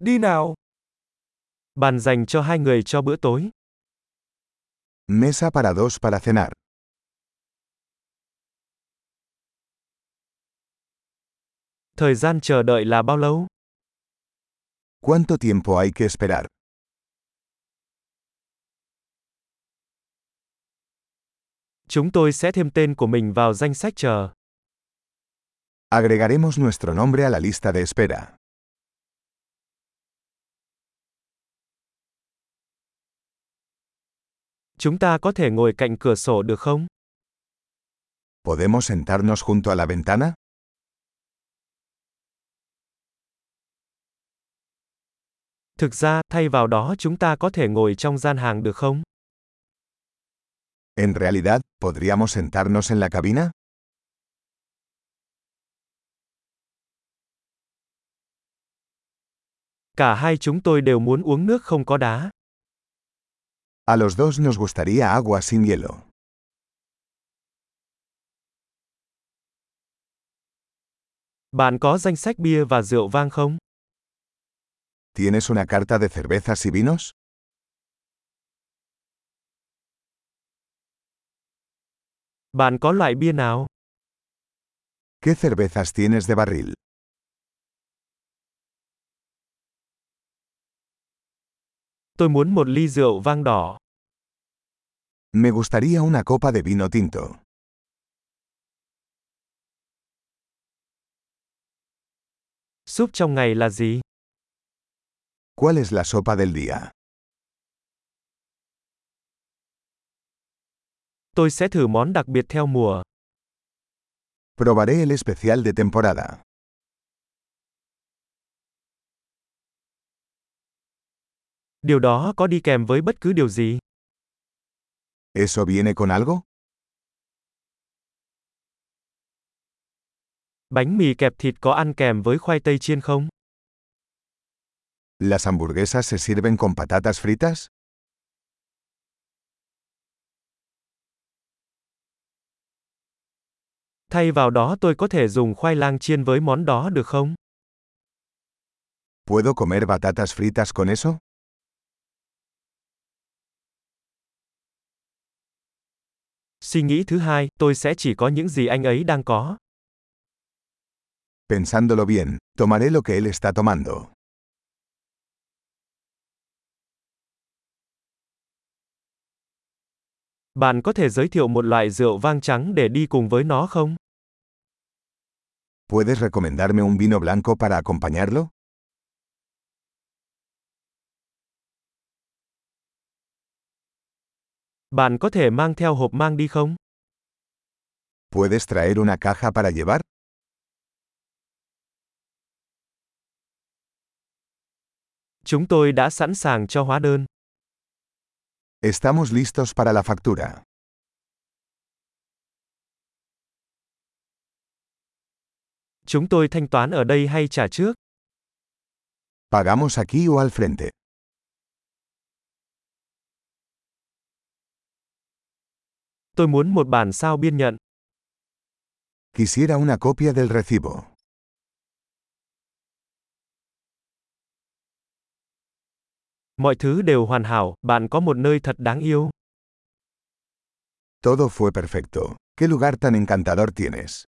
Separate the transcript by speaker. Speaker 1: đi nào. Bàn dành cho hai người cho bữa tối.
Speaker 2: Mesa para dos para cenar.
Speaker 1: Thời gian chờ đợi là bao lâu?
Speaker 2: ¿Cuánto tiempo hay que esperar?
Speaker 1: Chúng tôi sẽ thêm tên của mình vào danh sách chờ.
Speaker 2: Agregaremos nuestro nombre a la lista de espera.
Speaker 1: Chúng ta có thể ngồi cạnh cửa sổ được không?
Speaker 2: ¿Podemos sentarnos junto a la ventana?
Speaker 1: Thực ra, thay vào đó chúng ta có thể ngồi trong gian hàng được không?
Speaker 2: En realidad, ¿podríamos sentarnos en la cabina?
Speaker 1: Cả hai chúng tôi đều muốn uống nước không có đá.
Speaker 2: A los dos nos gustaría agua sin hielo.
Speaker 1: Bạn có danh sách bia và rượu vang không?
Speaker 2: ¿Tienes una carta de cervezas y vinos?
Speaker 1: Bạn có loại bia nào?
Speaker 2: ¿Qué cervezas tienes de barril?
Speaker 1: Tôi muốn một ly rượu vang đỏ.
Speaker 2: Me gustaría una copa de vino tinto.
Speaker 1: Súp trong ngày là gì?
Speaker 2: ¿Cuál es la sopa del día?
Speaker 1: Tôi sẽ thử món đặc biệt theo mùa.
Speaker 2: Probaré el especial de temporada.
Speaker 1: Điều đó có đi kèm với bất cứ điều gì?
Speaker 2: ¿Eso viene con algo?
Speaker 1: Bánh mì kẹp thịt có ăn kèm với khoai tây chiên không?
Speaker 2: ¿Las hamburguesas se sirven con patatas fritas?
Speaker 1: Thay vào đó tôi có thể dùng khoai lang chiên với món đó được không?
Speaker 2: ¿Puedo comer batatas fritas con eso?
Speaker 1: Suy nghĩ thứ hai, tôi sẽ chỉ có những gì anh ấy đang có.
Speaker 2: Pensándolo bien, tomaré lo que él está tomando.
Speaker 1: Bạn có thể giới thiệu một loại rượu vang trắng để đi cùng với nó không?
Speaker 2: ¿Puedes recomendarme un vino blanco para acompañarlo?
Speaker 1: Bạn có thể mang theo hộp mang đi không?
Speaker 2: ¿Puedes traer una caja para llevar?
Speaker 1: Chúng tôi đã sẵn sàng cho hóa đơn.
Speaker 2: Estamos listos para la factura.
Speaker 1: Chúng tôi thanh toán ở đây hay trả trước?
Speaker 2: ¿Pagamos aquí o al frente?
Speaker 1: Tôi muốn một bản sao biên nhận.
Speaker 2: Quisiera una copia del recibo.
Speaker 1: Mọi thứ đều hoàn hảo, bạn có một nơi thật đáng yêu.
Speaker 2: Todo fue perfecto. ¿Qué lugar tan encantador tienes?